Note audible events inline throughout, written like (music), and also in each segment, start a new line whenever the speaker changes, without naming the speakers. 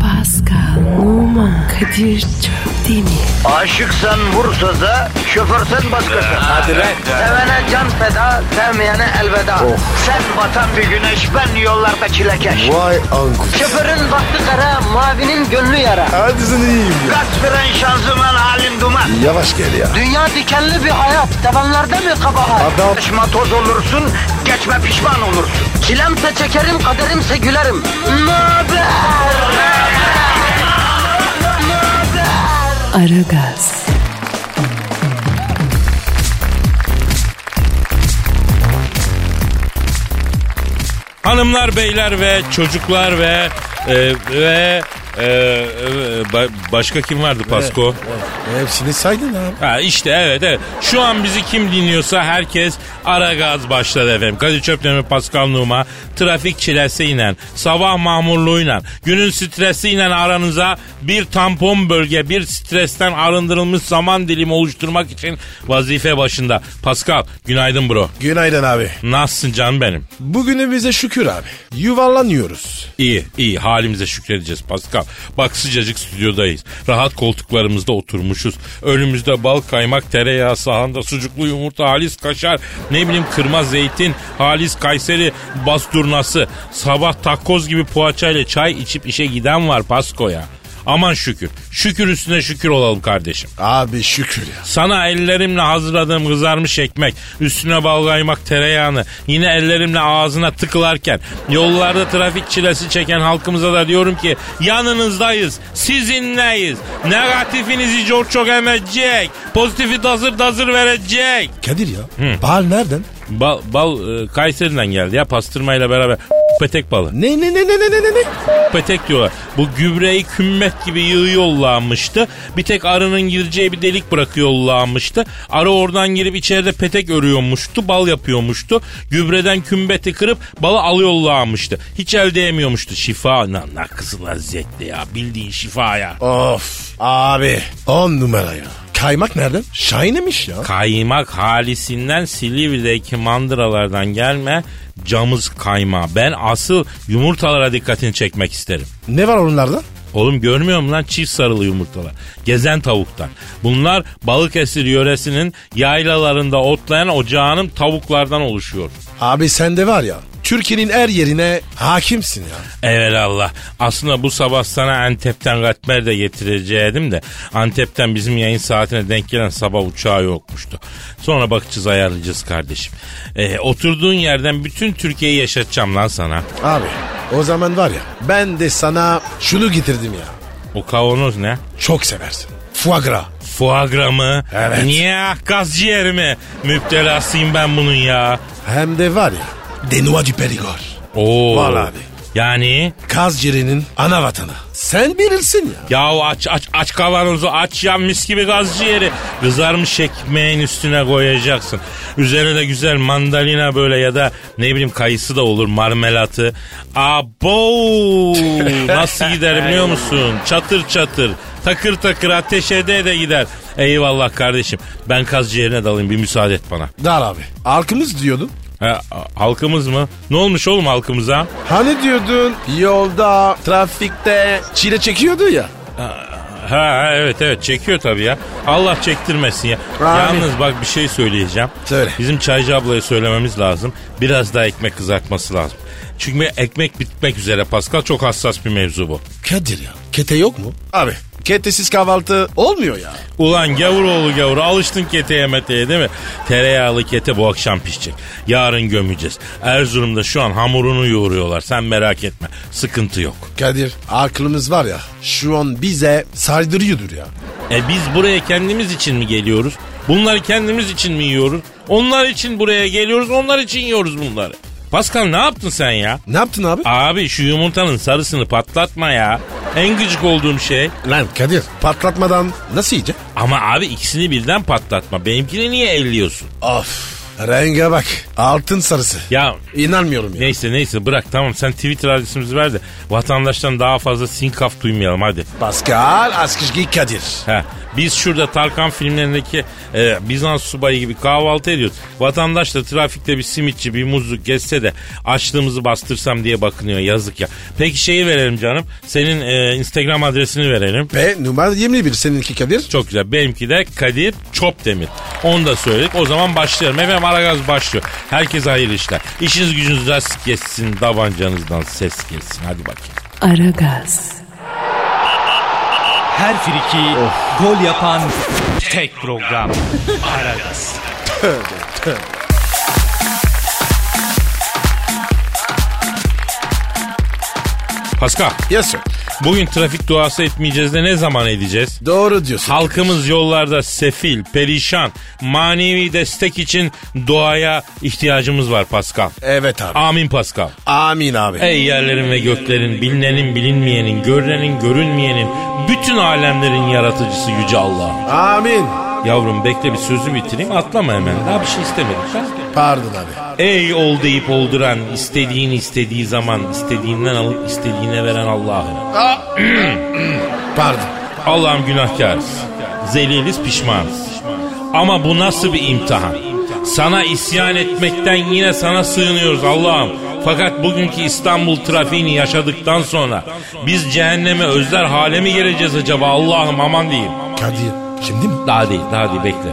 Pascal, Oman, Kadir çok değil mi?
Aşıksan vursa da şoförsen
Ee,
başkasın.
Hadi lan.
Sevene can feda, sevmeyene elveda.
Oh.
Sen batan bir güneş, ben yollarda çilekeş.
Vay anku.
Şoförün baktı kara, mavinin gönlü yara.
Hadi sen iyiyim ya.
Kasperen şanzıman halin duman.
Yavaş gel ya.
Dünya dikenli bir hayat, sevenlerde mi kabahar?
Adam-
Yaklaşma toz olursun, geçme pişman olursun. Çilemse çekerim, kaderimse gülerim.
(clears throat)
Möber!
Aragaz,
Hanımlar, beyler ve çocuklar ve e, ve e, e, ba- başka kim vardı Pasko?
Hepsini saydın abi.
Ha işte evet evet. Şu an bizi kim dinliyorsa herkes ara gaz başladı efendim. Kadir Çöpdemir Pascal Numa trafik çilesiyle, sabah mahmurluğuyla, günün stresiyle aranıza bir tampon bölge, bir stresten arındırılmış zaman dilimi oluşturmak için vazife başında. Pascal günaydın bro.
Günaydın abi.
Nasılsın canım benim?
Bugünümüze şükür abi. Yuvarlanıyoruz.
İyi iyi halimize şükredeceğiz Pascal. Bak sıcacık stüdyodayız. Rahat koltuklarımızda oturmuşuz. Önümüzde bal kaymak tereyağı sahanda sucuklu yumurta halis kaşar. Ne bileyim kırma zeytin halis kayseri basturnası. Sabah takoz gibi poğaçayla çay içip işe giden var Pasko'ya. Aman şükür. Şükür üstüne şükür olalım kardeşim.
Abi şükür ya.
Sana ellerimle hazırladığım kızarmış ekmek, üstüne bal kaymak tereyağını, yine ellerimle ağzına tıkılarken, yollarda trafik çilesi çeken halkımıza da diyorum ki yanınızdayız, sizinleyiz. Negatifinizi çok çok emecek, pozitifi dazır dazır verecek.
Kadir ya. Bal nereden?
Bal, bal e, Kayseri'den geldi ya pastırmayla beraber petek balı.
Ne ne ne ne ne ne ne ne?
Petek diyorlar. Bu gübreyi kümmet gibi yığı yollamıştı. Bir tek arının gireceği bir delik bırakıyor yollamıştı. Arı oradan girip içeride petek örüyormuştu. Bal yapıyormuştu. Gübreden kümbeti kırıp balı alıyor yollamıştı. Hiç el değmiyormuştu. Şifa lan lan kızıl lezzetli ya. Bildiğin şifa ya.
Of abi. On numara ya. Kaymak nereden? Şahinemiş ya.
Kaymak halisinden Silivri'deki mandıralardan gelme camız kayma. Ben asıl yumurtalara dikkatini çekmek isterim.
Ne var onlarda?
Oğlum görmüyor musun lan çift sarılı yumurtalar? Gezen tavuktan. Bunlar Balıkesir yöresinin yaylalarında otlayan ocağının tavuklardan oluşuyor.
Abi sen de var ya. Türkiye'nin her yerine hakimsin ya.
Evelallah. Aslında bu sabah sana Antep'ten katmer de getireceğim de Antep'ten bizim yayın saatine denk gelen sabah uçağı yokmuştu. Sonra bakacağız ayarlayacağız kardeşim. Ee, oturduğun yerden bütün Türkiye'yi yaşatacağım lan sana.
Abi o zaman var ya ben de sana şunu getirdim ya.
O kavanoz ne?
Çok seversin. Foie gras.
Fuagra mı?
Evet.
Niye ah, gaz ciğeri mi? Müptelasıyım ben bunun ya.
Hem de var ya. Denua du Périgord.
Oo.
Vallahi abi.
Yani
Kaz ciğerinin ana vatanı. Sen bilirsin ya.
yahu aç aç aç kavanozu aç ya mis gibi gaz ciğeri. Kızarmış ekmeğin üstüne koyacaksın. Üzerine de güzel mandalina böyle ya da ne bileyim kayısı da olur marmelatı.
(laughs)
Abo nasıl gider biliyor musun? Çatır çatır takır takır ateş ede de gider. Eyvallah kardeşim ben kaz ciğerine dalayım bir müsaade et bana.
Dar abi. Halkımız diyordun.
Ha, halkımız mı? Ne olmuş oğlum halkımıza?
Hani diyordun yolda, trafikte çile çekiyordu ya.
Ha evet evet çekiyor tabii ya. Allah çektirmesin ya.
Amin.
Yalnız bak bir şey söyleyeceğim.
Söyle.
Bizim çaycı ablaya söylememiz lazım. Biraz daha ekmek kızartması lazım. Çünkü ekmek bitmek üzere Pascal çok hassas bir mevzu bu.
Kadir ya. Kete yok mu? Abi ketesiz kahvaltı olmuyor ya.
Ulan gavuroğlu gavur alıştın keteye meteye değil mi? Tereyağlı kete bu akşam pişecek. Yarın gömeceğiz. Erzurum'da şu an hamurunu yoğuruyorlar. Sen merak etme. Sıkıntı yok.
Kadir aklımız var ya şu an bize saydırıyordur ya.
E biz buraya kendimiz için mi geliyoruz? Bunları kendimiz için mi yiyoruz? Onlar için buraya geliyoruz, onlar için yiyoruz bunları. Pascal ne yaptın sen ya?
Ne yaptın abi?
Abi şu yumurtanın sarısını patlatma ya. En gıcık olduğum şey.
Lan Kadir patlatmadan nasıl yiyecek?
Ama abi ikisini birden patlatma. Benimkini niye elliyorsun?
Of Renge bak. Altın sarısı.
Ya
İnanmıyorum ya.
neyse neyse bırak tamam sen Twitter adresimizi ver de vatandaştan daha fazla sinkaf duymayalım hadi.
Pascal Askışgi Kadir.
Ha, biz şurada Tarkan filmlerindeki e, Bizans subayı gibi kahvaltı ediyoruz. Vatandaş da trafikte bir simitçi bir muzluk geçse de açlığımızı bastırsam diye bakınıyor yazık ya. Peki şeyi verelim canım senin e, Instagram adresini verelim.
Ve numara 21 seninki Kadir.
Çok güzel. Benimki de Kadir Çopdemir. Onu da söyledik. O zaman başlayalım. Efendim Aragaz başlıyor. Herkese hayırlı işler. İşiniz gücünüz rast kessin. Davancanızdan ses gelsin. Hadi bakayım.
Aragaz,
Her friki gol yapan tek program. Aragaz.
Pascal.
Yes sir.
Bugün trafik duası etmeyeceğiz de ne zaman edeceğiz?
Doğru diyorsun.
Halkımız yollarda sefil, perişan, manevi destek için duaya ihtiyacımız var Pascal.
Evet abi.
Amin Pascal.
Amin abi.
Ey yerlerin ve göklerin, bilinenin bilinmeyenin, görünenin görünmeyenin, bütün alemlerin yaratıcısı Yüce Allah.
Amin.
Yavrum bekle bir sözü bitireyim atlama hemen. Daha bir şey istemedim.
Pardon abi.
Ey ol deyip olduran, istediğini istediği zaman, istediğinden alıp istediğine veren Allah'ım. (clears throat)
Pardon.
Allah'ım günahkarız. Zeliliz pişmanız. Ama bu nasıl bir imtihan? Sana isyan etmekten yine sana sığınıyoruz Allah'ım. Fakat bugünkü İstanbul trafiğini yaşadıktan sonra biz cehenneme özler hale mi geleceğiz acaba Allah'ım aman diyeyim.
Kadir. Şimdi mi?
Daha değil daha değil bekle.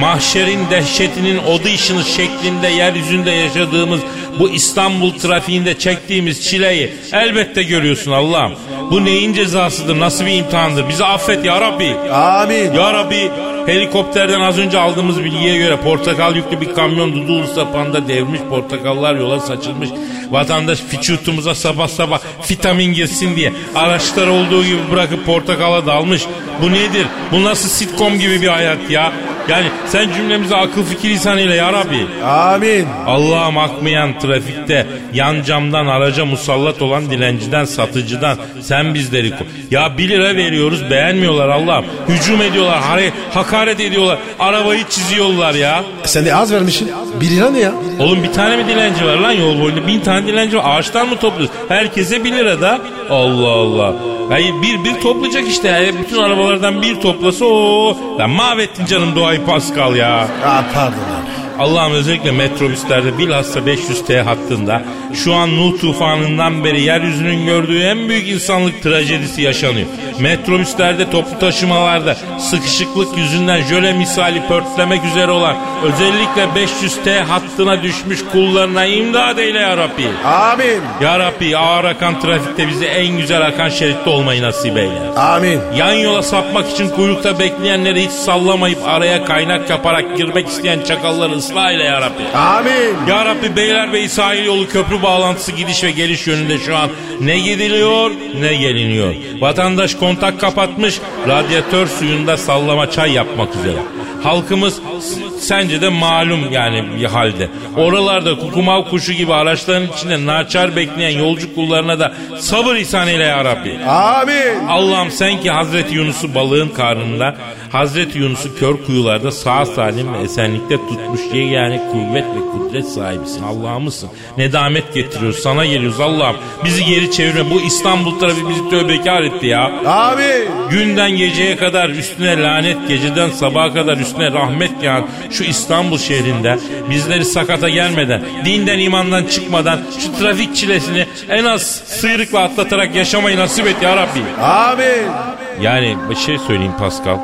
Mahşerin dehşetinin odu işini şeklinde yeryüzünde yaşadığımız bu İstanbul trafiğinde çektiğimiz çileyi elbette görüyorsun Allah'ım. Bu neyin cezasıdır nasıl bir imtihandır bizi affet ya Rabbi.
Amin.
Ya Rabbi helikopterden az önce aldığımız bilgiye göre portakal yüklü bir kamyon Dudullu sapanda devrilmiş portakallar yola saçılmış. Vatandaş fiçutumuza sabah sabah vitamin girsin diye araçlar olduğu gibi bırakıp portakala dalmış. Bu nedir? Bu nasıl sitcom gibi bir hayat ya? Yani sen cümlemizi akıl fikir lisanıyla ya Rabbi.
Amin.
Allah'ım akmayan trafikte yan camdan araca musallat olan dilenciden satıcıdan sen bizleri ko- Ya 1 lira veriyoruz beğenmiyorlar Allah'ım. Hücum ediyorlar hare- hakaret ediyorlar arabayı çiziyorlar ya.
E Sen de az vermişsin. Bir lira ne ya?
Oğlum bir tane mi dilenci var lan yol boyunda bin tane dilenci var ağaçtan mı topluyoruz? Herkese 1 lira da Allah Allah. Hayır bir bir toplayacak işte. Yani bütün arabalardan bir toplasa o. Lan mahvettin canım doğayı Pascal ya.
Aa, pardon abi.
Allah'ım özellikle metrobüslerde bilhassa 500T hattında şu an Nuh tufanından beri yeryüzünün gördüğü en büyük insanlık trajedisi yaşanıyor. Metrobüslerde toplu taşımalarda sıkışıklık yüzünden jöle misali pörtlemek üzere olan özellikle 500T hattına düşmüş kullarına imdad eyle ya Rabbi.
Amin.
Ya Rabbi ağır akan trafikte bize en güzel akan şeritte olmayı nasip eyle.
Amin.
Yan yola sapmak için kuyrukta bekleyenleri hiç sallamayıp araya kaynak yaparak girmek isteyen çakalları ıslah ile ya Rabbi.
Amin.
Ya Rabbi Beylerbeyi sahil yolu köprü bağlantısı gidiş ve geliş yönünde şu an ne gidiliyor ne geliniyor. Vatandaş kontak kapatmış radyatör suyunda sallama çay yapmak üzere. Halkımız s- sence de malum yani bir halde. Oralarda kukumav kuşu gibi araçların içinde naçar bekleyen yolcu kullarına da sabır ihsan eyle ya Rabbi.
Amin.
Allah'ım sen ki Hazreti Yunus'u balığın karnında, Hazreti Yunus'u kör kuyularda sağ salim ve esenlikte tutmuş diye yani kuvvet ve kudret sahibisin. Allah'ımızsın. Nedamet getiriyoruz. Sana geliyoruz Allah'ım. Bizi geri çevirme. Bu İstanbul tarafı bizi tövbekar etti ya.
Amin.
Günden geceye kadar üstüne lanet, geceden sabaha kadar üstüne rahmet yağan şu İstanbul şehrinde bizleri sakata gelmeden, dinden imandan çıkmadan şu trafik çilesini en az sıyrıkla atlatarak yaşamayı nasip et ya Rabbi.
Amin.
Yani bir şey söyleyeyim Pascal.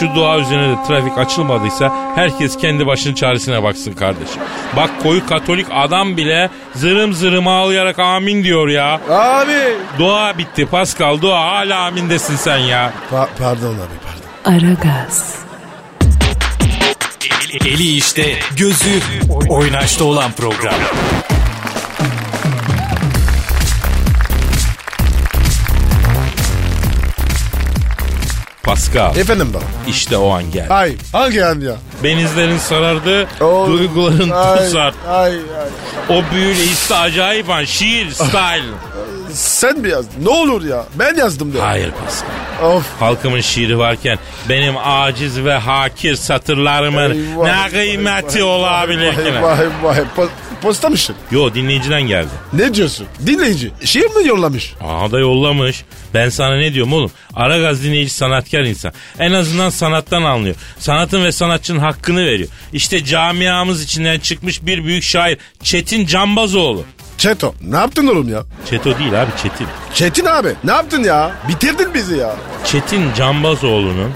Şu dua üzerine de trafik açılmadıysa herkes kendi başının çaresine baksın kardeşim. Bak koyu katolik adam bile zırım zırım ağlayarak amin diyor ya.
Amin.
Dua bitti Pascal dua hala amindesin sen ya.
Pa- pardon abi pardon.
Aragaz,
Eli işte, gözü oynaşta olan program.
Pascal
Efendim baba.
işte o an geldi.
Ay hangi an ya?
Benizlerin sarardı,
Oğlum,
duyguların
ay,
tuz arttı.
Ay ay.
O büyüleyici acayip an şiir style.
Sen mi yazdın? Ne olur ya. Ben yazdım de.
Hayır Pascal.
Of.
Halkımın şiiri varken benim aciz ve hakir satırlarımın
Eyvah,
ne kıymeti olabilir ki?
Vay vay vay. Po- Postamışsın.
Yo dinleyiciden geldi.
Ne diyorsun? Dinleyici. Şiir mi yollamış?
Aha da yollamış. Ben sana ne diyorum oğlum? Aragaz dinleyici sanatkar insan. En azından sanattan anlıyor. Sanatın ve sanatçının hakkını veriyor. İşte camiamız içinden çıkmış bir büyük şair Çetin Cambazoğlu.
Çeto. Ne yaptın oğlum ya?
Çeto değil abi Çetin.
Çetin abi. Ne yaptın ya? Bitirdin bizi ya.
Çetin Cambazoğlu'nun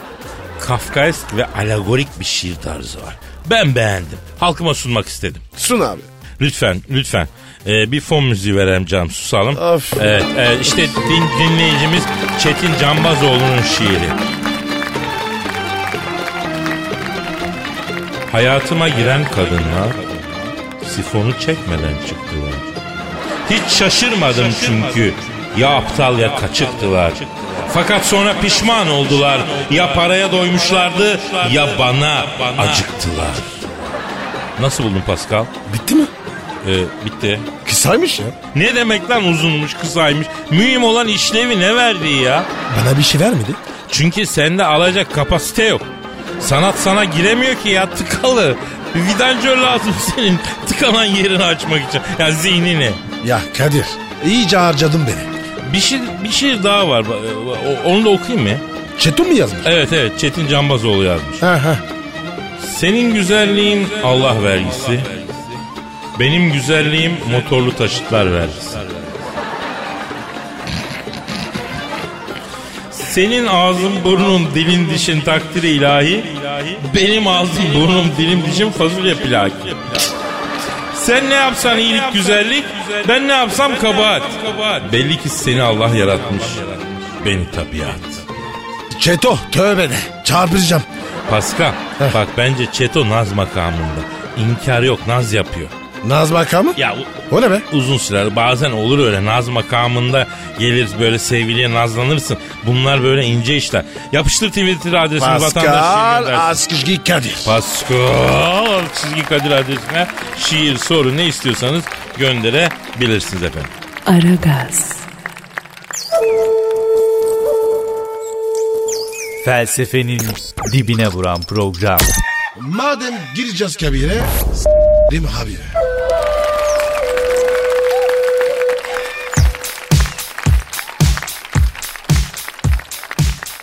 kafkaesk ve alegorik bir şiir tarzı var. Ben beğendim. Halkıma sunmak istedim.
Sun abi.
Lütfen, lütfen. Ee, bir fon müziği verelim canım, susalım.
Of.
Evet, evet, işte din- dinleyicimiz Çetin Cambazoğlu'nun şiiri. Hayatıma giren kadınlar sifonu çekmeden çıktılar. Hiç şaşırmadım çünkü ya aptal ya kaçıktılar. Fakat sonra pişman oldular. Ya paraya doymuşlardı ya bana acıktılar. Nasıl buldun Pascal?
Bitti mi?
Ee, bitti.
Kısaymış ya.
Ne demek lan uzunmuş kısaymış. Mühim olan işlevi ne verdiği ya.
Bana bir şey vermedi.
Çünkü sende alacak kapasite yok. Sanat sana giremiyor ki ya tıkalı. Bir vidancör lazım (laughs) senin tıkanan yerini açmak için. Ya zihnini.
Ya Kadir iyice harcadın beni.
Bir şiir, bir şiir daha var. e, O- Onu da okuyayım mı?
Çetin mi yazmış?
Evet evet Çetin Cambazoğlu yazmış.
Ha ha.
Senin güzelliğin Allah vergisi. Benim güzelliğim motorlu taşıtlar vergisi. Senin ağzın, burnun, dilin, dişin takdiri ilahi. Benim ağzım, burnum, dilim, dişim fasulye plaki. Sen ne yapsan iyilik, güzellik. Ben ne yapsam kabahat. Belli ki seni Allah yaratmış. Beni tabiat.
Çeto tövbe de. Çarpıracağım.
Pascal bak bence Çeto naz makamında. İnkar yok naz yapıyor.
Naz makamı?
Ya
O ne be?
u- uzun sürer bazen olur öyle naz makamında gelir böyle sevgiliye nazlanırsın. Bunlar böyle ince işler. Yapıştır Twitter adresini vatandaş
Pascal Askışki Kadir.
Pascal çizgi Kadir adresine şiir soru ne istiyorsanız gönderebilirsiniz efendim.
Aragaz,
Felsefenin dibine vuran program.
Madem gireceğiz kabire. Değil mi abi?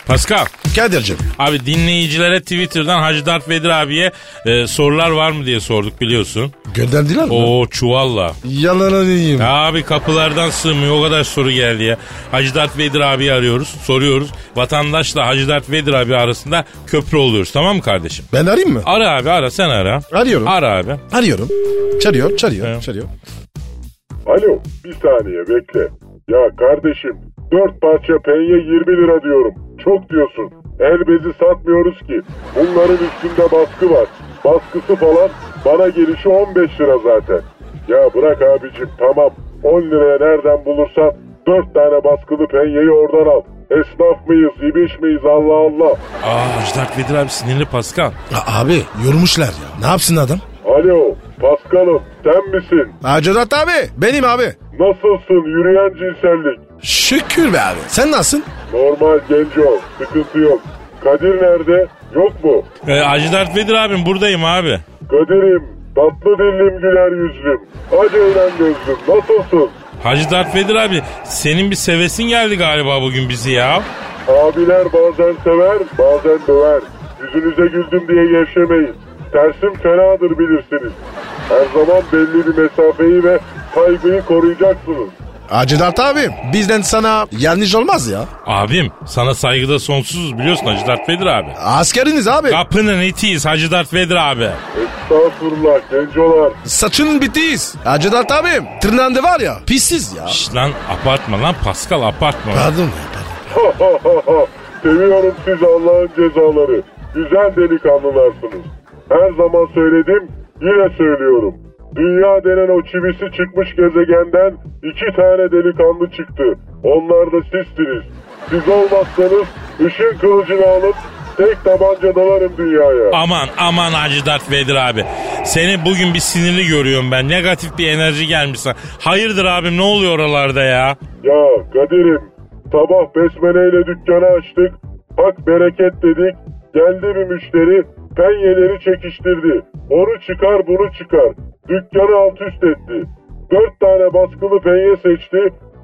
Pascal
Kadir'cim.
abi dinleyicilere Twitter'dan Hacı Dert Vedir abiye e, sorular var mı diye sorduk biliyorsun.
Gönderdiler mi?
Oo çuvalla.
Yalananıyım.
Ya Abi kapılardan sığmıyor o kadar soru geldi ya. Hacı Dert Vedir abi arıyoruz soruyoruz. Vatandaşla Hacı Dert Vedir abi arasında köprü oluyoruz tamam mı kardeşim?
Ben arayayım mı?
Ara abi ara sen ara.
Arıyorum.
Ara abi.
Arıyorum. Çarıyor, çarıyor,
Evet.
çarıyor.
Alo bir saniye bekle. Ya kardeşim 4 parça penye 20 lira diyorum. Çok diyorsun. El bezi satmıyoruz ki. Bunların üstünde baskı var. Baskısı falan bana gelişi 15 lira zaten. Ya bırak abicim tamam. 10 liraya nereden bulursan 4 tane baskılı penyeyi oradan al. Esnaf mıyız, ibiş miyiz Allah Allah.
Aa Hacı Dert Vedir abi sinirli Pascal.
Ya abi yormuşlar ya. Ne yapsın adam?
Alo, Paskal'ım sen misin?
Acedat abi. Benim abi.
Nasılsın yürüyen cinsellik?
Şükür be abi. Sen nasılsın?
Normal genco, sıkıntı yok. Kadir nerede? Yok mu?
Ee, Hacı Dert Vedir abim buradayım abi.
Kadir'im, tatlı dillim güler yüzlüm. Acı ölen gözlüm, nasılsın?
Hacı Dert Vedir abi senin bir sevesin geldi galiba bugün bizi ya.
Abiler bazen sever, bazen döver. Yüzünüze güldüm diye gevşemeyin. Tersim fenadır bilirsiniz. Her zaman belli bir mesafeyi ve saygıyı koruyacaksınız.
Acedat abi. Bizden sana yanlış olmaz ya.
Abim sana saygıda sonsuzuz biliyorsun Hacı Dert Vedir abi.
Askeriniz abi.
Kapının itiyiz Hacı Dert Vedir abi.
Estağfurullah gencolar.
Saçının bitiyiz. Acedat abim. Tırnağında var ya. Pissiz ya.
Şş, lan abartma lan Pascal abartma.
Pardon ya. pardon.
(laughs) Seviyorum sizi Allah'ın cezaları. Güzel delikanlılarsınız. Her zaman söyledim, yine söylüyorum. Dünya denen o çivisi çıkmış gezegenden iki tane delikanlı çıktı. Onlar da sizsiniz. Siz olmazsanız ışın kılıcını alıp tek tabanca dalarım dünyaya.
Aman aman Hacı Dert Vedir abi. Seni bugün bir sinirli görüyorum ben. Negatif bir enerji gelmiş sana. Hayırdır abim ne oluyor oralarda ya?
Ya Kadir'im sabah besmeleyle dükkanı açtık. Bak bereket dedik. Geldi bir müşteri penyeleri çekiştirdi. Onu çıkar bunu çıkar. Dükkanı alt üst etti. Dört tane baskılı penye seçti.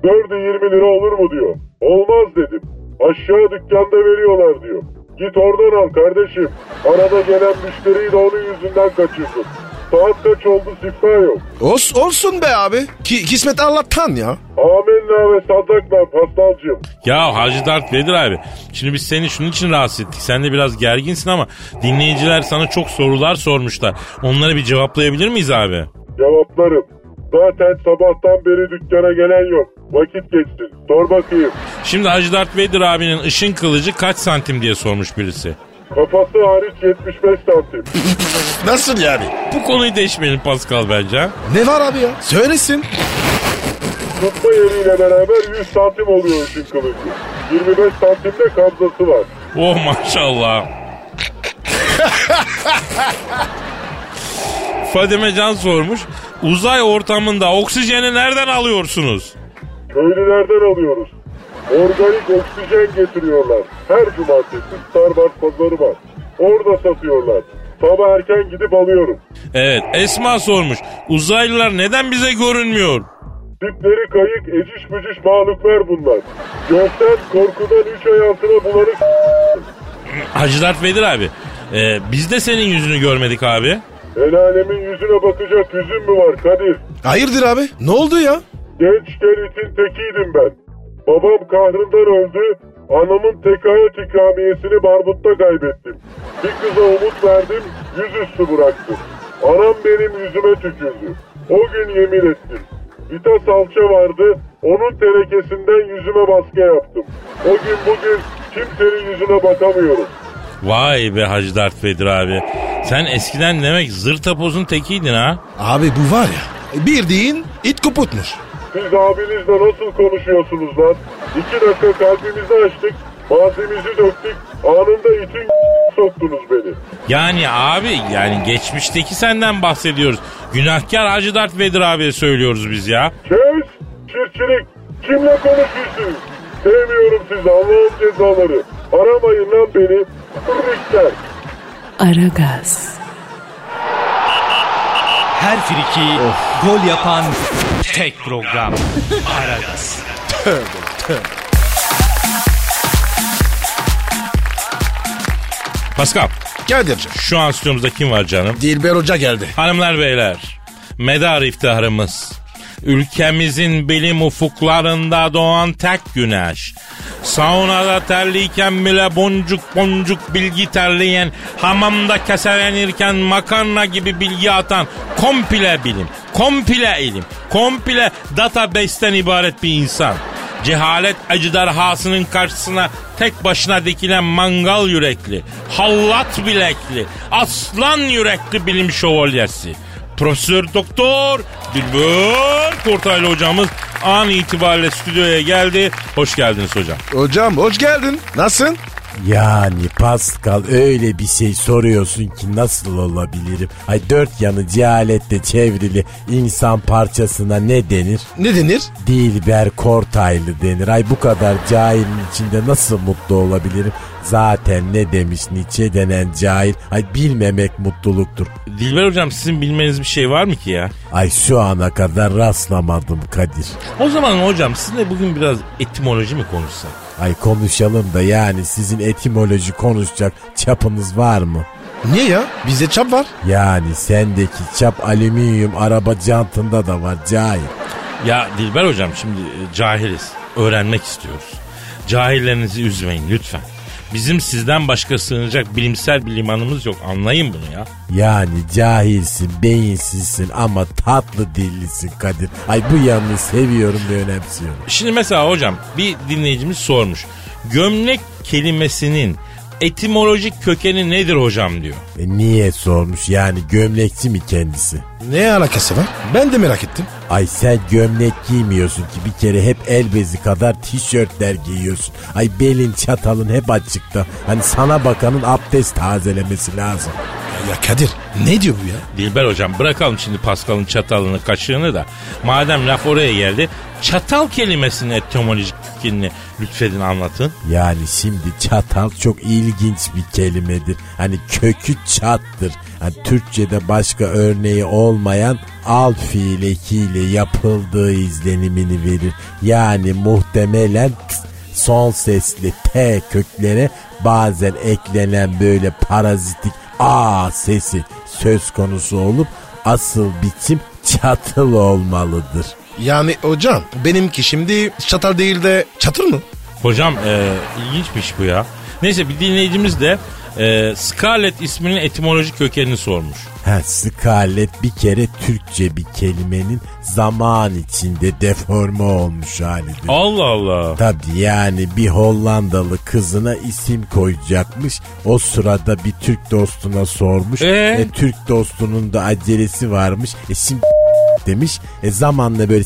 Dördü 20 lira olur mu diyor. Olmaz dedim. Aşağı dükkanda veriyorlar diyor. Git oradan al kardeşim. Arada gelen müşteriyi de onun yüzünden kaçırsın. Saat kaç oldu sifra yok.
Os, olsun be abi. Ki, kismet Allah'tan ya.
Amenna ve sadakla pastalcığım.
Ya Hacı Dert Vedir abi. Şimdi biz seni şunun için rahatsız ettik. Sen de biraz gerginsin ama dinleyiciler sana çok sorular sormuşlar. Onları bir cevaplayabilir miyiz abi?
Cevaplarım. Zaten sabahtan beri dükkana gelen yok. Vakit geçti. Sor bakayım.
Şimdi Hacı Dert Vedir abinin ışın kılıcı kaç santim diye sormuş birisi.
Kafası hariç 75 santim.
Nasıl yani?
Bu konuyu değişmeyelim Pascal bence. ha?
Ne var abi ya? Söylesin.
Tutma yeriyle beraber 100 santim oluyor ışın kılıcı. 25 santimde kabzası var.
Oh maşallah. Fadime Can sormuş. Uzay ortamında oksijeni nereden alıyorsunuz?
Köylülerden alıyoruz. Organik oksijen getiriyorlar. Her cumartesi Starbucks pazarı var. Orada satıyorlar. Sabah erken gidip alıyorum.
Evet Esma sormuş. Uzaylılar neden bize görünmüyor?
Dipleri kayık, eciş bücüş mağluklar bunlar. Gökten korkudan üç ay altına bulanık
Hacı Dert Vedir abi. e, biz de senin yüzünü görmedik abi.
El alemin yüzüne bakacak yüzün mü var Kadir?
Hayırdır abi? Ne oldu ya?
Gençken itin tekiydim ben. Babam kahrından öldü, anamın tekayet ikramiyesini barbutta kaybettim. Bir kıza umut verdim, yüzüstü bıraktım. Anam benim yüzüme tükürdü. O gün yemin ettim. Vita salça vardı, onun tenekesinden yüzüme baskı yaptım. O gün bugün kimsenin yüzüne bakamıyorum.
Vay be Hacı Dert Vedir abi. Sen eskiden demek zır tapozun tekiydin ha.
Abi bu var ya bildiğin it koputmuş.
Siz abinizle nasıl konuşuyorsunuz lan? İki dakika kalbimizi açtık, malzememizi döktük, anında itin (laughs) soktunuz beni.
Yani abi yani geçmişteki senden bahsediyoruz. Günahkar Hacı Dert Vedir abiye söylüyoruz biz ya.
Kes, çirçilik, kimle konuşuyorsunuz? Sevmiyorum sizi Allah'ın cezaları. Aramayın lan beni, kırıklar.
Aragaz.
Her friki gol yapan tek program. Aragaz.
Pascal
Kadir'cim.
şu an stüdyomuzda kim var canım?
Dilber Hoca geldi.
Hanımlar beyler, medar iftiharımız. Ülkemizin bilim ufuklarında doğan tek güneş. Saunada terliyken bile boncuk boncuk bilgi terleyen, hamamda keselenirken makarna gibi bilgi atan komple bilim, komple ilim, komple database'ten ibaret bir insan. Cehalet acıdarhasının karşısına tek başına dikilen mangal yürekli, hallat bilekli, aslan yürekli bilim şövalyesi. Profesör Doktor Dilber Kortaylı hocamız an itibariyle stüdyoya geldi. Hoş geldiniz hocam.
Hocam hoş geldin. Nasılsın?
Yani Pascal öyle bir şey soruyorsun ki nasıl olabilirim? Ay dört yanı cehaletle çevrili insan parçasına ne denir?
Ne denir?
Dilber Kortaylı denir. Ay bu kadar cahilin içinde nasıl mutlu olabilirim? Zaten ne demiş Nietzsche denen cahil? Ay bilmemek mutluluktur.
Dilber hocam sizin bilmeniz bir şey var mı ki ya?
Ay şu ana kadar rastlamadım Kadir.
O zaman hocam sizinle bugün biraz etimoloji mi konuşsak?
Ay konuşalım da yani sizin etimoloji konuşacak çapınız var mı?
Niye ya? Bizde çap var.
Yani sendeki çap alüminyum araba jantında da var cahil.
Ya Dilber hocam şimdi e, cahiliz. Öğrenmek istiyoruz. Cahillerinizi üzmeyin lütfen. Bizim sizden başka sığınacak bilimsel bir limanımız yok. Anlayın bunu ya.
Yani cahilsin, beyinsizsin ama tatlı dillisin Kadir. Ay bu yanını seviyorum ve önemsiyorum.
Şimdi mesela hocam bir dinleyicimiz sormuş. Gömlek kelimesinin etimolojik kökeni nedir hocam diyor.
E niye sormuş yani gömlekçi mi kendisi?
Ne alakası var? Ben de merak ettim.
Ay sen gömlek giymiyorsun ki bir kere hep el bezi kadar tişörtler giyiyorsun. Ay belin çatalın hep açıkta. Hani sana bakanın abdest tazelemesi lazım.
E, Ya Kadir ne diyor bu ya?
Dilber hocam bırakalım şimdi Pascal'ın çatalını kaşığını da. Madem laf oraya geldi çatal kelimesinin etimolojikini lütfedin anlatın.
Yani şimdi çatal çok ilginç bir kelimedir. Hani kökü çattır. Hani Türkçe'de başka örneği olmayan al fiil ekiyle yapıldığı izlenimini verir. Yani muhtemelen son sesli T köklere bazen eklenen böyle parazitik A sesi söz konusu olup asıl biçim çatıl olmalıdır.
Yani hocam benimki şimdi çatal değil de çatır mı?
Hocam e, ilginçmiş bu ya. Neyse bir dinleyicimiz de e, Scarlet isminin etimolojik kökenini sormuş.
Ha, skalet bir kere Türkçe bir kelimenin zaman içinde deforme olmuş halidir.
Allah Allah.
Tabii yani bir Hollandalı kızına isim koyacakmış. O sırada bir Türk dostuna sormuş.
Ee?
E, Türk dostunun da acelesi varmış. E şimdi demiş. E zamanla böyle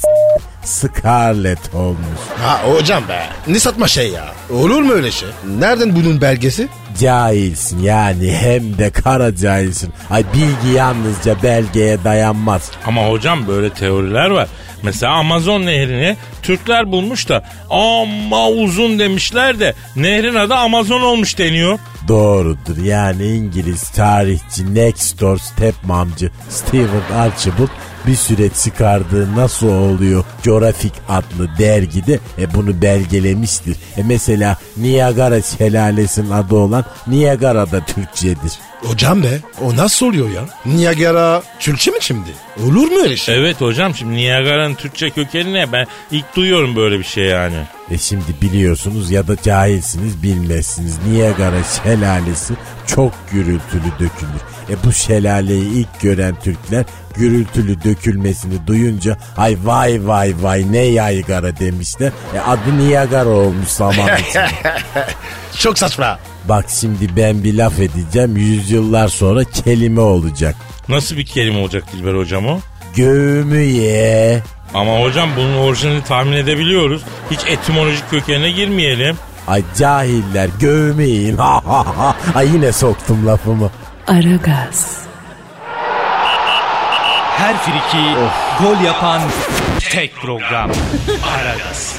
Scarlet olmuş.
Ha hocam be. Ne satma şey ya. Olur mu öyle şey? Nereden bunun belgesi?
Cahilsin yani hem de kara cahilsin. Ay bilgi yalnızca belgeye dayanmaz.
Ama hocam böyle teoriler var. Mesela Amazon nehrini Türkler bulmuş da ama uzun demişler de nehrin adı Amazon olmuş deniyor.
Doğrudur yani İngiliz tarihçi next door stepmamcı Stephen Archibald bir süre çıkardığı nasıl oluyor coğrafik adlı dergide e, bunu belgelemiştir. E mesela Niagara şelalesinin adı olan Niagara'da Türkçedir.
Hocam be o nasıl oluyor ya? Niagara Türkçe mi şimdi? Olur mu öyle şey?
Evet hocam şimdi Niagara'nın Türkçe kökeni ne? Ben ilk duyuyorum böyle bir şey
(laughs)
yani.
E şimdi biliyorsunuz ya da cahilsiniz bilmezsiniz. Niagara şelalesi çok gürültülü dökülür. E bu şelaleyi ilk gören Türkler gürültülü dökülmesini duyunca ay vay vay vay ne yaygara demişler. E adı Niagara olmuş zaman içinde.
(laughs) Çok saçma.
Bak şimdi ben bir laf edeceğim yüzyıllar sonra kelime olacak.
Nasıl bir kelime olacak Dilber hocam o?
Göğümü ye.
Ama hocam bunun orijinalini tahmin edebiliyoruz. Hiç etimolojik kökenine girmeyelim.
Ay cahiller göğümü yiyin. (laughs) Ay yine soktum lafımı.
Aragaz,
Her friki gol yapan tek program. Aragaz.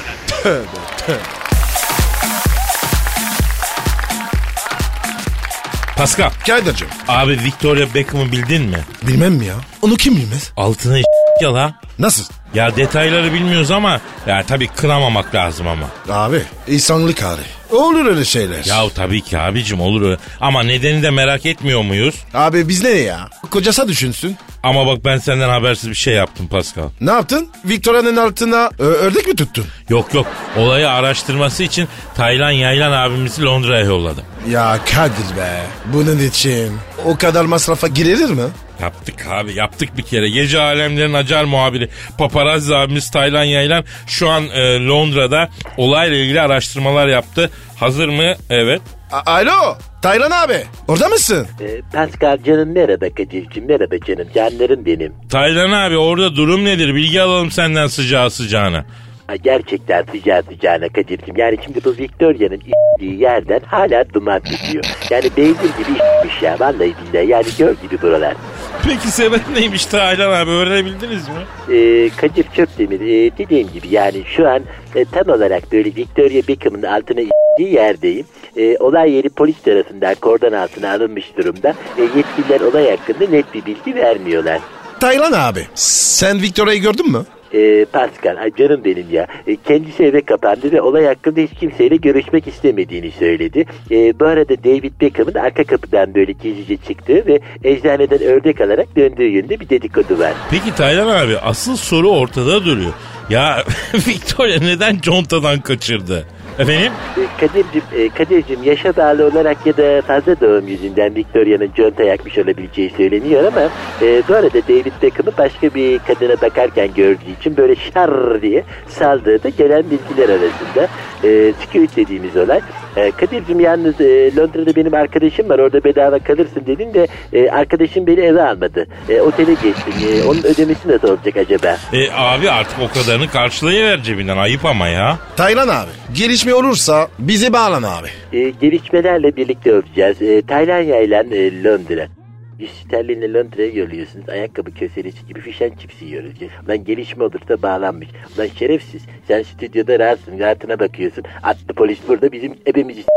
Pascal,
Kadir'cim.
abi Victoria Beckham'ı bildin mi?
Bilmem mi ya? Onu kim bilmez?
Altına (laughs) ya la.
Nasıl?
Ya detayları bilmiyoruz ama ya tabii kınamamak lazım ama.
Abi insanlık hali. Olur öyle şeyler.
Ya tabii ki abicim olur öyle. Ama nedeni de merak etmiyor muyuz?
Abi biz ne ya? Kocasa düşünsün.
Ama bak ben senden habersiz bir şey yaptım Pascal.
Ne yaptın? Victoria'nın altına ö, ördek mi tuttun?
Yok yok olayı araştırması için Taylan Yaylan abimizi Londra'ya yolladım.
Ya Kadir be. Bunun için o kadar masrafa girilir mi?
Yaptık abi yaptık bir kere. Gece alemlerin acar muhabiri paparazzi abimiz Taylan Yaylan şu an e, Londra'da olayla ilgili araştırmalar yaptı. Hazır mı? Evet.
A- Alo Taylan abi orada mısın?
Ee, Pascal canım merhaba Kadir'cim merhaba canım canlarım benim.
Taylan abi orada durum nedir? Bilgi alalım senden sıcağı sıcağına.
Ha, gerçekten sıcağı sıcağına Kadir'cim yani şimdi bu Victoria'nın i**liği yerden hala duman tutuyor. Yani beygir gibi i**miş ya vallahi billahi yani gör gibi buralar.
Peki sebep neymiş Taylan abi öğrenebildiniz mi?
Ee, Kadir Çöpdemir ee, dediğim gibi yani şu an e, tam olarak böyle Victoria Beckham'ın altına i**liği yerdeyim. Ee, olay yeri polis tarafından kordon altına alınmış durumda. Ee, yetkililer olay hakkında net bir bilgi vermiyorlar.
Taylan abi sen Victoria'yı gördün mü?
Ee, Pascal, ay canım benim ya. Ee, kendisi eve kapandı ve olay hakkında hiç kimseyle görüşmek istemediğini söyledi. Ee, bu arada David Beckham'ın arka kapıdan böyle gizlice çıktığı ve eczaneden ördek alarak döndüğü yönünde bir dedikodu var.
Peki Taylan abi asıl soru ortada duruyor. Ya (laughs) Victoria neden contadan kaçırdı? Efendim?
Ee, Kadir'cim, e, Kadir'cim yaşa bağlı olarak ya da fazla doğum yüzünden Victoria'nın conta yakmış olabileceği söyleniyor ama e, bu arada David Beckham'ı başka bir kadına bakarken gördüğü için böyle şar diye saldığı da gelen bilgiler arasında. E, security dediğimiz olay. E, Kadir'cim yalnız e, Londra'da benim arkadaşım var orada bedava kalırsın dedin de e, arkadaşım beni eve almadı. E, otele geçtim. E, onun ödemesi nasıl olacak acaba?
E, abi artık o kadarını karşılayıver cebinden ayıp ama ya.
Taylan abi gelişme olursa bizi bağlan abi.
E, gelişmelerle birlikte olacağız. E, Taylan yaylan e, Londra. Yüz sterlinle Londra'ya yolluyorsunuz. Ayakkabı köselesi gibi fişen çipsi yiyoruz. Ya, Lan gelişme olursa bağlanmış. Lan şerefsiz. Sen stüdyoda rahatsın. Rahatına bakıyorsun. Atlı polis burada bizim ebemizi s-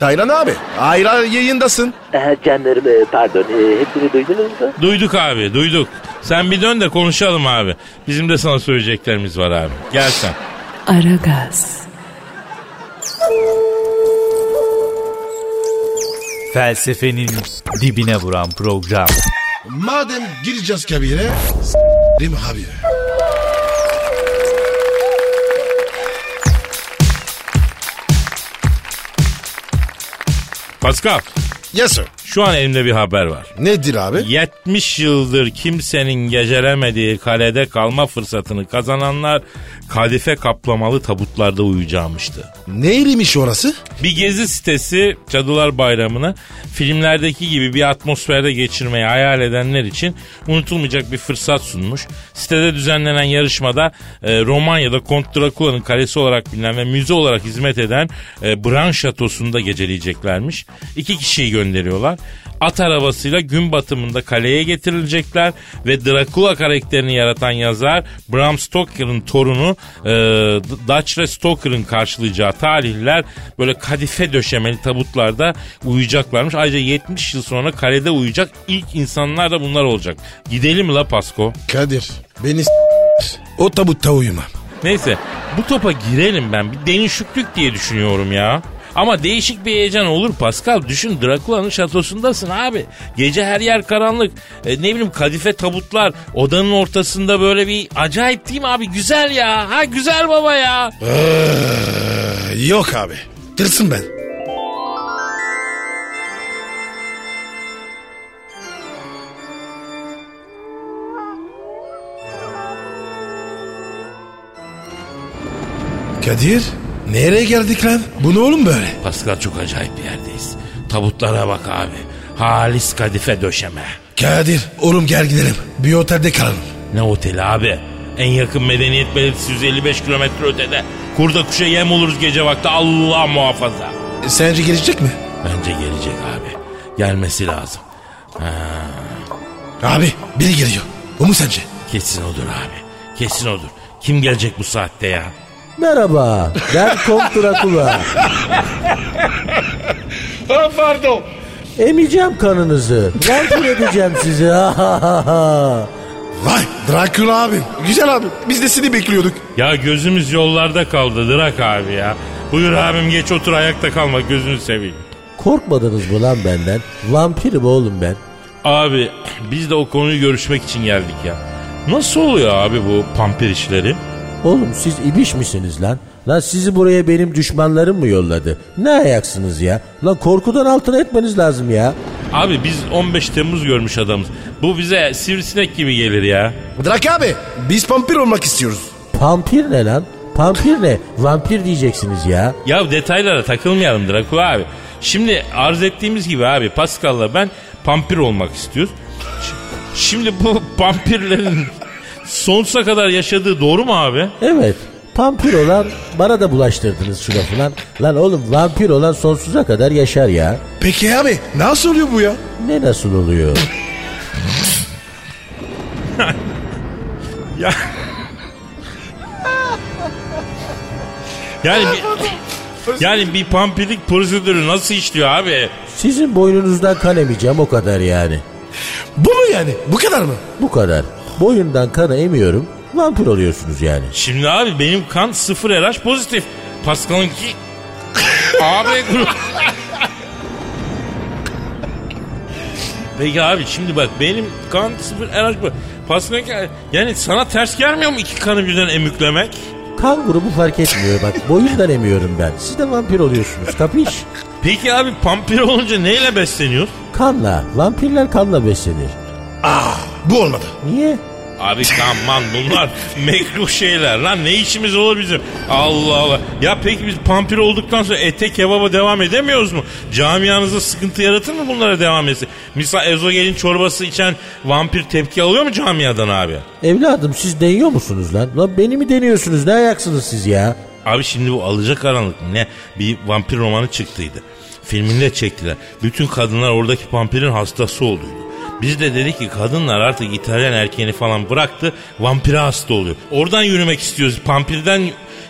Taylan abi. Ayran yayındasın.
Aha, canlarım e, pardon. E, hepsini duydunuz mu?
Duyduk abi duyduk. Sen bir dön de konuşalım abi. Bizim de sana söyleyeceklerimiz var abi. Gel sen.
Aragaz,
Felsefenin dibine vuran program.
Madem gireceğiz kabire. Değil mi abi?
Pascal
Yes sir.
şu an elimde bir haber var.
Nedir abi?
70 yıldır kimsenin geceremediği kalede kalma fırsatını kazananlar kadife kaplamalı tabutlarda uyuyacağımıştı.
Neyliymiş orası?
Bir gezi sitesi Cadılar Bayramı'nı filmlerdeki gibi bir atmosferde geçirmeyi hayal edenler için unutulmayacak bir fırsat sunmuş. Sitede düzenlenen yarışmada e, Romanya'da Kont Drakula'nın kalesi olarak bilinen ve müze olarak hizmet eden e, Bran Şatosu'nda geceleyeceklermiş. İki kişiyi gönderiyorlar. At arabasıyla gün batımında kaleye getirilecekler ve Drakula karakterini yaratan yazar Bram Stoker'ın torunu e, Dutch Stoker'ın karşılayacağı talihler böyle kadife döşemeli tabutlarda uyuyacaklarmış. Ayrıca 70 yıl sonra kalede uyuyacak ilk insanlar da bunlar olacak. Gidelim la Pasko.
Kadir. Beni s- o tabutta uyumam.
Neyse bu topa girelim ben. Bir denişüklük diye düşünüyorum ya. Ama değişik bir heyecan olur Pascal. Düşün Drakula'nın şatosundasın abi. Gece her yer karanlık. E, ne bileyim kadife tabutlar. Odanın ortasında böyle bir acayip değil mi abi? Güzel ya. Ha güzel baba ya.
Ee, yok abi. Tırsın ben. Kadir nereye geldik lan? Bu ne oğlum böyle?
Pascal çok acayip bir yerdeyiz. Tabutlara bak abi. Halis kadife döşeme.
Kadir oğlum gel gidelim. Bir otelde kalalım.
Ne oteli abi? En yakın medeniyet belirtisi 155 kilometre ötede. Kurda kuşa yem oluruz gece vakti Allah muhafaza.
E, Sence gelecek mi?
Bence gelecek abi. Gelmesi lazım.
Abi biri geliyor. O mu sence?
Kesin odur abi. Kesin odur. Kim gelecek bu saatte ya?
Merhaba
(laughs)
ben Kont Drakula.
Pardon.
Emeceğim kanınızı. Yardım edeceğim sizi.
Vay Dracula abim. Güzel abim. Biz de seni bekliyorduk.
Ya gözümüz yollarda kaldı Drak abi ya. Buyur abim geç otur ayakta kalma gözünü seveyim.
Korkmadınız mı lan benden? Vampirim oğlum ben.
Abi biz de o konuyu görüşmek için geldik ya. Nasıl oluyor abi bu pamper işleri?
Oğlum siz ibiş misiniz lan? Lan sizi buraya benim düşmanlarım mı yolladı? Ne ayaksınız ya? Lan korkudan altına etmeniz lazım ya.
Abi biz 15 Temmuz görmüş adamız. Bu bize sivrisinek gibi gelir ya.
Drak abi biz vampir olmak istiyoruz.
Pampir ne lan? Pampir ne? Vampir diyeceksiniz ya.
Ya detaylara takılmayalım Drakula abi. Şimdi arz ettiğimiz gibi abi Pascal'la ben pampir olmak istiyoruz. Ş- Şimdi bu
(laughs)
pampirlerin sonsuza kadar yaşadığı doğru mu abi? (laughs)
Evet. Pampir olan bana da bulaştırdınız şu lafı lan. Lan oğlum vampir olan sonsuza kadar yaşar ya.
Peki abi nasıl oluyor bu ya?
Ne nasıl oluyor?
Ya. yani bir, yani bir pampirlik prosedürü nasıl işliyor abi?
Sizin boynunuzdan kan emeceğim o kadar yani.
Bu mu yani? Bu kadar mı?
Bu kadar. Boyundan kanı emiyorum. Vampir oluyorsunuz yani.
Şimdi abi benim kan sıfır RH pozitif. Pascal'ınki abi Peki abi şimdi bak benim kan sıfır RH pozitif. Pascal'ınki yani sana ters gelmiyor mu iki kanı birden emüklemek?
Kan grubu fark etmiyor bak. Boyundan emiyorum ben. Siz de vampir oluyorsunuz. Kapış?
Peki abi pampir olunca neyle besleniyor?
Kanla. Vampirler kanla beslenir.
Ah, Bu olmadı.
Niye?
Abi aman bunlar mekruh şeyler lan ne işimiz olur bizim Allah Allah ya peki biz pampir olduktan sonra ete kebaba devam edemiyoruz mu camianızda sıkıntı yaratır mı bunlara devam etsin misal ezogelin çorbası içen vampir tepki alıyor mu camiadan abi
Evladım siz deniyor musunuz lan? Lan beni mi deniyorsunuz? Ne ayaksınız siz ya?
Abi şimdi bu alacakaranlık mı ne bir vampir romanı çıktıydı. Filmini de çektiler. Bütün kadınlar oradaki vampirin hastası olduydu. Biz de dedik ki kadınlar artık İtalyan erkeğini falan bıraktı. Vampire hasta oluyor. Oradan yürümek istiyoruz. Pampirden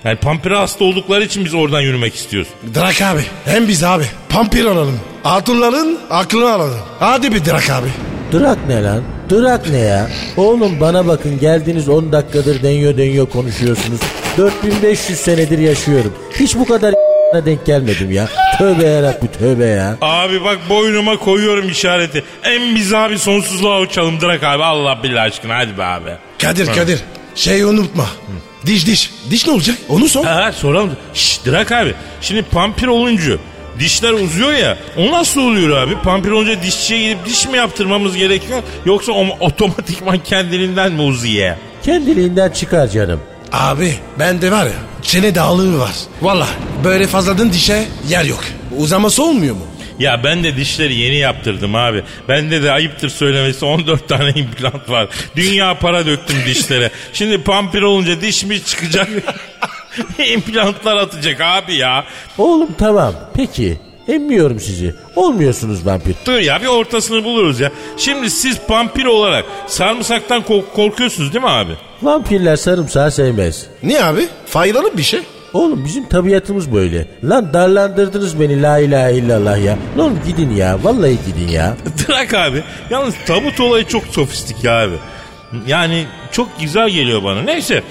yani pampire hasta oldukları için biz oradan yürümek istiyoruz.
Drak abi. Hem biz abi. Pampir alalım. Hatunların aklını alalım. Hadi bir Drak abi.
Durak ne lan? Durak ne ya? Oğlum bana bakın geldiğiniz 10 dakikadır deniyor deniyor konuşuyorsunuz. 4500 senedir yaşıyorum. Hiç bu
(laughs)
kadar denk gelmedim ya. Tövbe yarabbim tövbe ya.
Abi bak boynuma koyuyorum işareti. En biz abi sonsuzluğa uçalım Drak abi. Allah billah aşkına hadi be abi.
Kadir Kadir. Şey unutma. Diş diş. Diş ne olacak? Onu sor.
Ha, ha, soralım. Şşş Drak abi. Şimdi pampir olunca dişler uzuyor ya. O nasıl oluyor abi? Pampir olunca dişçiye gidip diş mi yaptırmamız gerekiyor? Yoksa o, otomatikman kendiliğinden mi uzuyor?
Kendiliğinden çıkar canım.
Abi bende var ya çene dağılığı var. Valla böyle fazladan dişe yer yok. Uzaması olmuyor mu?
Ya ben de dişleri yeni yaptırdım abi. Bende de ayıptır söylemesi 14 tane implant var. Dünya para döktüm dişlere. Şimdi pampir olunca diş mi çıkacak? (laughs) İmplantlar atacak abi ya.
Oğlum tamam peki emmiyorum sizi. Olmuyorsunuz vampir.
Dur ya bir ortasını buluruz ya. Şimdi siz pampir olarak sarımsaktan kork- korkuyorsunuz değil mi abi? (laughs)
Vampirler sarımsağı sevmez.
Niye abi? Faydalı bir şey.
Oğlum bizim tabiatımız böyle. Lan darlandırdınız beni la ilahe illallah ya. Ne oğlum gidin ya vallahi gidin ya.
Drak abi. Yalnız tabut olayı çok sofistik ya abi. Yani çok güzel geliyor bana. Neyse.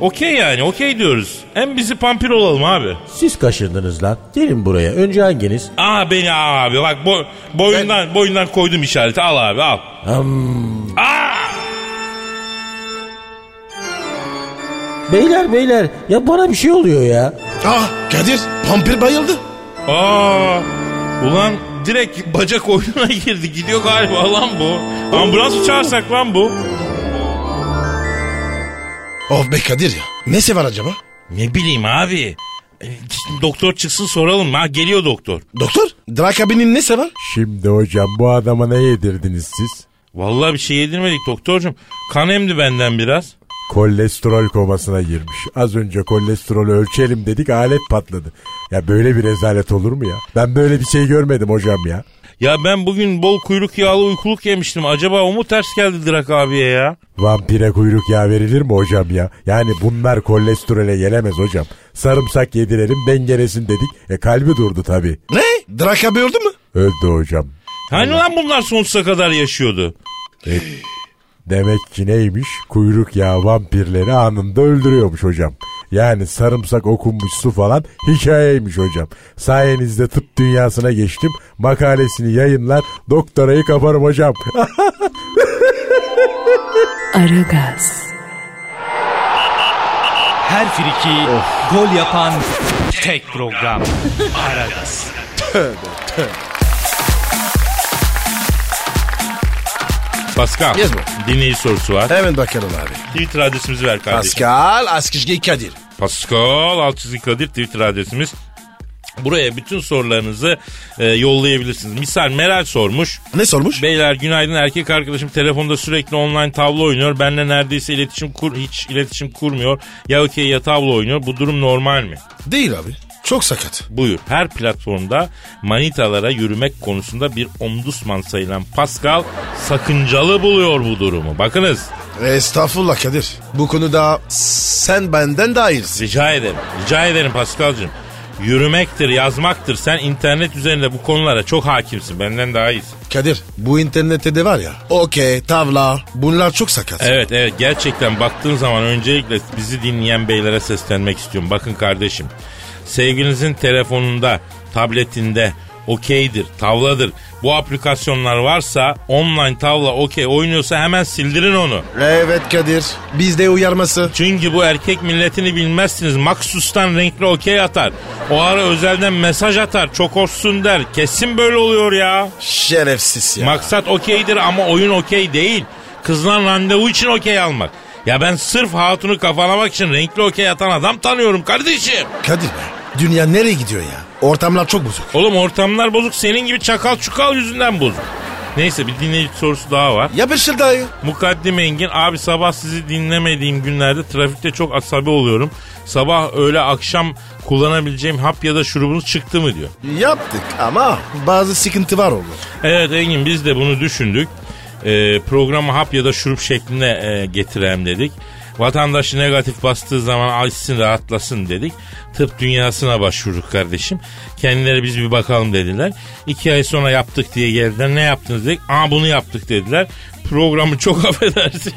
Okey yani okey diyoruz. Hem bizi pampir olalım abi.
Siz kaşındınız lan. Gelin buraya. Önce hanginiz?
Aa beni al abi bak bo- boyundan boyundan koydum işareti al abi al.
Beyler beyler ya bana bir şey oluyor ya.
Ah Kadir pampir bayıldı.
Aa ulan direkt bacak oyununa (laughs) girdi gidiyor galiba lan bu. Ambulans çağırsak lan bu.
Of Oh be Kadir ya. Nesi var acaba?
Ne bileyim abi. E, Doktor çıksın soralım. Ha geliyor doktor.
Doktor Drak abinin nesi var?
Şimdi hocam bu adama ne yedirdiniz siz?
Vallahi bir şey yedirmedik doktorcum. Kan emdi benden biraz.
Kolesterol komasına girmiş. Az önce kolesterolü ölçelim dedik alet patladı. Ya böyle bir rezalet olur mu ya? Ben böyle bir şey görmedim hocam ya.
Ya ben bugün bol kuyruk yağlı uykuluk yemiştim. Acaba o mu ters geldi Drak abiye ya?
Vampire kuyruk yağ verilir mi hocam ya? Yani bunlar kolesterole gelemez hocam. Sarımsak yedirelim dengelesin dedik. E kalbi durdu tabii.
Ne? Drak abi öldü mü?
Öldü hocam.
Hani lan bunlar sonsuza kadar yaşıyordu?
E, Demek ki neymiş? Kuyruk yağı vampirleri anında öldürüyormuş hocam. Yani sarımsak okunmuş su falan hikayeymiş hocam. Sayenizde tıp dünyasına geçtim. Makalesini yayınlar, doktorayı kaparım hocam. (laughs)
Aragaz,
Her friki gol yapan tek program. Aragaz.
Pascal.
Yes, bro.
Dinleyici sorusu var.
Hemen bakalım abi.
Twitter adresimizi ver kardeşim.
Pascal Askışgi Kadir.
Pascal Altçizgi Kadir Twitter adresimiz. Buraya bütün sorularınızı e, yollayabilirsiniz. Misal Meral sormuş.
Ne sormuş?
Beyler günaydın erkek arkadaşım telefonda sürekli online tavla oynuyor. Benle neredeyse iletişim kur hiç iletişim kurmuyor. Ya okey ya tavla oynuyor. Bu durum normal mi?
Değil abi. Çok sakat.
Buyur. Her platformda manitalara yürümek konusunda bir omdusman sayılan Pascal sakıncalı buluyor bu durumu. Bakınız.
Estağfurullah Kadir. Bu konuda sen benden daha iyisin.
Rica ederim. Rica ederim Pascal'cığım. Yürümektir, yazmaktır. Sen internet üzerinde bu konulara çok hakimsin. Benden daha iyisin.
Kadir bu internette de var ya. Okey tavla bunlar çok sakat.
Evet evet gerçekten baktığın zaman öncelikle bizi dinleyen beylere seslenmek istiyorum. Bakın kardeşim sevgilinizin telefonunda, tabletinde okeydir, tavladır. Bu aplikasyonlar varsa online tavla okey oynuyorsa hemen sildirin onu.
Evet Kadir bizde uyarması.
Çünkü bu erkek milletini bilmezsiniz. Maksustan renkli okey atar. O ara özelden mesaj atar. Çok hoşsun der. Kesin böyle oluyor ya.
Şerefsiz ya.
Maksat okeydir ama oyun okey değil. Kızdan randevu için okey almak. Ya ben sırf hatunu kafalamak için renkli okey atan adam tanıyorum kardeşim.
Kadir be dünya nereye gidiyor ya? Ortamlar çok bozuk.
Oğlum ortamlar bozuk senin gibi çakal çukal yüzünden bozuk. Neyse bir dinleyici sorusu daha var.
Yapışır dayı.
Mukaddim Engin abi sabah sizi dinlemediğim günlerde trafikte çok asabi oluyorum. Sabah öğle akşam kullanabileceğim hap ya da şurubunuz çıktı mı diyor.
Yaptık ama bazı sıkıntı var oldu.
Evet Engin biz de bunu düşündük. E, programı hap ya da şurup şeklinde e, getirelim dedik. Vatandaşı negatif bastığı zaman açsın rahatlasın dedik. Tıp dünyasına başvurduk kardeşim. Kendileri biz bir bakalım dediler. İki ay sonra yaptık diye geldiler. Ne yaptınız dedik. Aa bunu yaptık dediler. Programı çok (laughs) affedersin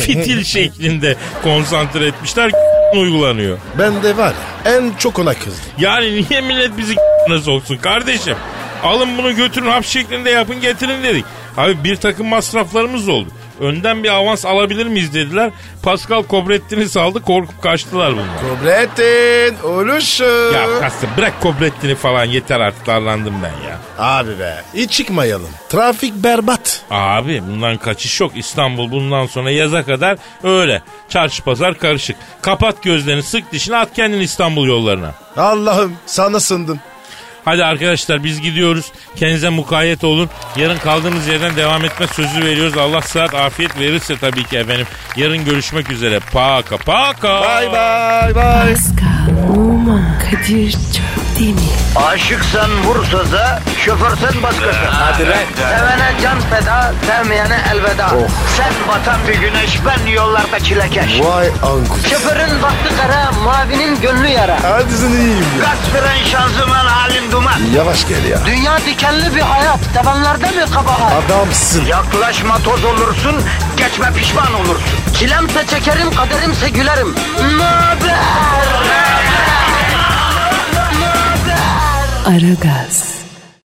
fitil şeklinde konsantre etmişler (laughs) uygulanıyor.
Ben de var ya en çok ona kızdım.
Yani niye millet bizi (laughs) soksun kardeşim? Alın bunu götürün hap şeklinde yapın getirin dedik. Abi bir takım masraflarımız oldu. Önden bir avans alabilir miyiz dediler. Pascal Kobrettin'i saldı korkup kaçtılar bunlar.
Kobrettin oluşu.
Ya kastım bırak Kobrettin'i falan yeter artık darlandım ben ya.
Abi be hiç çıkmayalım. Trafik berbat.
Abi bundan kaçış yok. İstanbul bundan sonra yaza kadar öyle. Çarşı pazar karışık. Kapat gözlerini sık dişini at kendini İstanbul yollarına.
Allah'ım sana sındım.
Hadi arkadaşlar biz gidiyoruz. Kendinize mukayyet olun. Yarın kaldığımız yerden devam etme sözü veriyoruz. Allah saat afiyet verirse tabii ki efendim. Yarın görüşmek üzere. Paka paka.
Bay bay bay.
Pascal, Oman, Kadir çok değil mi?
Aşıksan vursa da şoförsen başkasın. Hadi
lan.
Sevene can feda, sevmeyene elveda.
Oh.
Sen batan bir güneş, ben yollarda çilekeş.
Vay anku.
Şoförün baktı kara, mavinin gönlü yara.
Hadi sen iyiyim ya.
Kasperen şanzıman halin duman.
Yavaş gel ya.
Dünya dikenli bir hayat, sevenlerde mi kabahar?
Adamsın.
Yaklaşma toz olursun, geçme pişman olursun. Çilemse çekerim, kaderimse gülerim. Möber!
Aragaz.